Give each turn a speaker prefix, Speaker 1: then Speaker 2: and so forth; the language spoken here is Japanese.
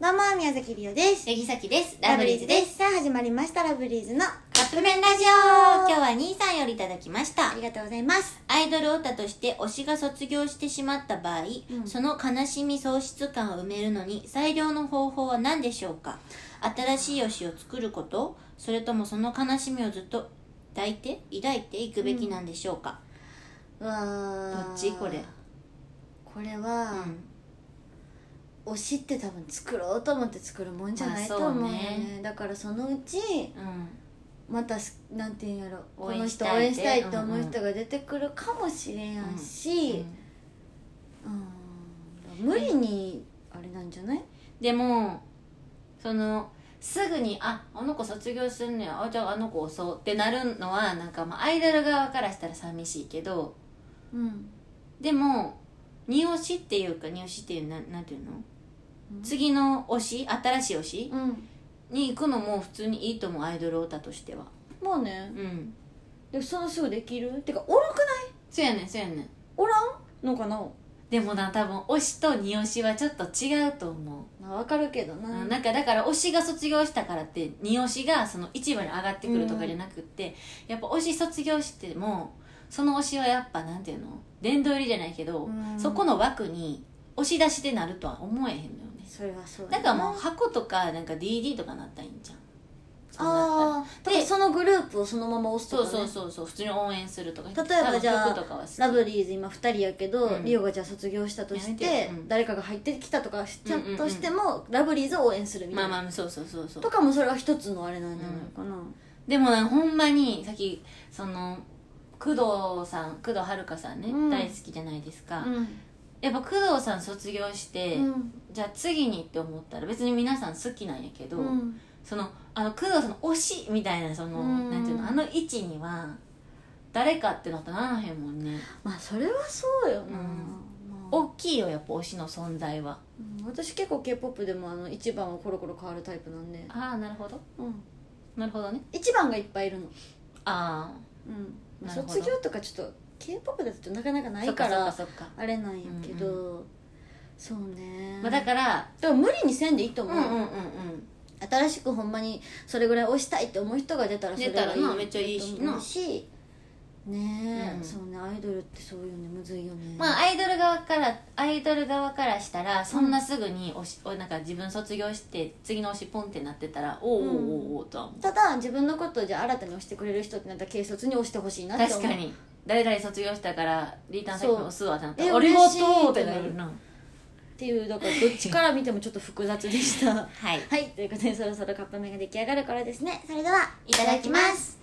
Speaker 1: どうも宮崎りおです
Speaker 2: ネギサキです。ラブリーズです。
Speaker 1: さあ始まりましたラブリーズのあ
Speaker 2: カップ麺ラジオ今日は兄さんよりいただきました。
Speaker 1: りがとうございます
Speaker 2: アイドルオタとして推しが卒業してしまった場合、
Speaker 1: うん
Speaker 2: その悲しみ喪失感を埋めるのに最良の方法は何でしょうか新しい推しを作ることそれともその悲しみをずっと抱いて抱いていくべきなんでしょうか、
Speaker 1: うわー
Speaker 2: どっちこれ
Speaker 1: これ
Speaker 2: う
Speaker 1: は、
Speaker 2: ん
Speaker 1: 推しって多分作ろうと思って作るもんじゃない
Speaker 2: ま
Speaker 1: と
Speaker 2: あ
Speaker 1: 思うよ
Speaker 2: そうね
Speaker 1: ねだからそのうち
Speaker 2: うん
Speaker 1: またすなんていうんやろこ
Speaker 2: 応
Speaker 1: の
Speaker 2: 援し
Speaker 1: 人
Speaker 2: たい
Speaker 1: 応援したい
Speaker 2: って
Speaker 1: と思う人が出てくるかもしれんやんし、うん無理にあれなんじゃない
Speaker 2: でもそのすぐに「ああの子卒業すんねやあじゃああの子襲う」ってなるのはなんかまあアイドル側からしたら寂しいけど
Speaker 1: うん
Speaker 2: でも二推しっていうか二推しっていうななんていうの次の推し新しい推し
Speaker 1: うん
Speaker 2: に行くのも普通にいいと思うアイドルオタとしては
Speaker 1: まあね
Speaker 2: うん
Speaker 1: でもそのすぐできるてかおるくない
Speaker 2: そうやねんそうやねん
Speaker 1: おらんのかな
Speaker 2: でもな多分推しと二推しはちょっと違うと思う、
Speaker 1: まあわかるけどな
Speaker 2: うんなんかだから推しが卒業したからって二推しがその一番に上がってくるとかじゃなくって、やっぱ推し卒業してもその推しはやっぱなんていうの殿堂入りじゃないけど、
Speaker 1: うん
Speaker 2: そこの枠に押し出しでなるとは思えへんのよね
Speaker 1: それはそう
Speaker 2: だ
Speaker 1: や
Speaker 2: からもう箱とかなんか DD とかなったらいいんじゃんそうな
Speaker 1: あ
Speaker 2: っ
Speaker 1: あ
Speaker 2: たら
Speaker 1: で
Speaker 2: で
Speaker 1: そのグループをそのまま押す
Speaker 2: そ
Speaker 1: と
Speaker 2: う
Speaker 1: か、ね、
Speaker 2: そうそうそう普通に応援するとか
Speaker 1: 例えばじゃあ
Speaker 2: 多分曲とかは好き
Speaker 1: ラブリーズ今2人やけど、
Speaker 2: うん
Speaker 1: リオがじゃあ卒業したとし
Speaker 2: やめ
Speaker 1: て
Speaker 2: てうん
Speaker 1: 誰かが入ってきたとかしちゃ
Speaker 2: うんうんうん
Speaker 1: としても、ラブリーズを応援するみた
Speaker 2: ま
Speaker 1: い
Speaker 2: あ
Speaker 1: な、
Speaker 2: まあそうそうそうそう
Speaker 1: とかもそれは一つのあれなんじゃないかな、
Speaker 2: でもなんかほんまにさっきその工藤さん工藤遥さんね、
Speaker 1: うん
Speaker 2: 大好きじゃないですか、
Speaker 1: うん
Speaker 2: やっぱ工藤さん卒業して、
Speaker 1: うん
Speaker 2: じゃあ次にって思ったら別に皆さん好きなんやけど、
Speaker 1: うん
Speaker 2: そのあの工藤さんの推しみたいなその、
Speaker 1: うん
Speaker 2: なんていうのあの位置には誰かってなったらならへんもんね
Speaker 1: まあそれはそうよな、
Speaker 2: うん
Speaker 1: まあ
Speaker 2: 大きいよやっぱ推しの存在は
Speaker 1: うん私結構 k p o p でもあの1番はコロコロ変わるタイプなんで、
Speaker 2: ああなるほど
Speaker 1: うん、
Speaker 2: なるほどね
Speaker 1: 1番がいっぱいいるの
Speaker 2: あ
Speaker 1: うんまあ
Speaker 2: なるほど
Speaker 1: 卒業とかちょっと k p o p だとなかなか
Speaker 2: あ
Speaker 1: ないから
Speaker 2: そっかそっかそっか、
Speaker 1: あれなんやけど、そうね、
Speaker 2: まあ、
Speaker 1: だ
Speaker 2: だ
Speaker 1: か
Speaker 2: から
Speaker 1: ら無理にせんでいいと
Speaker 2: うん
Speaker 1: 思
Speaker 2: う
Speaker 1: う、
Speaker 2: んうん
Speaker 1: 新しくほんまにそれぐらい推したいって思う人が出たらそれ
Speaker 2: 出たら
Speaker 1: はいい
Speaker 2: なめっちゃいいし
Speaker 1: と思うしねえ、
Speaker 2: うん
Speaker 1: そうねアイドルってそういうねむずいよね
Speaker 2: うんまあアイドル側からアイドル側からしたらそんなすぐに推し、おなんか自分卒業して次の推しポンってなってたらおうおうおうおうとは思う、
Speaker 1: ただ自分のことをじゃあ新たに推してくれる人ってなったら軽率に推してほしいなって思
Speaker 2: 確
Speaker 1: う
Speaker 2: かに誰々卒業したからリーターン先も押すわってなった
Speaker 1: そう
Speaker 2: ら
Speaker 1: え
Speaker 2: ありが
Speaker 1: 嬉しい
Speaker 2: とうってなるな
Speaker 1: っていうだからどっちから見てもちょっと複雑でした
Speaker 2: はい
Speaker 1: はいということでそろそろカップ麺が出来上がるからですねそれではい
Speaker 2: ただきます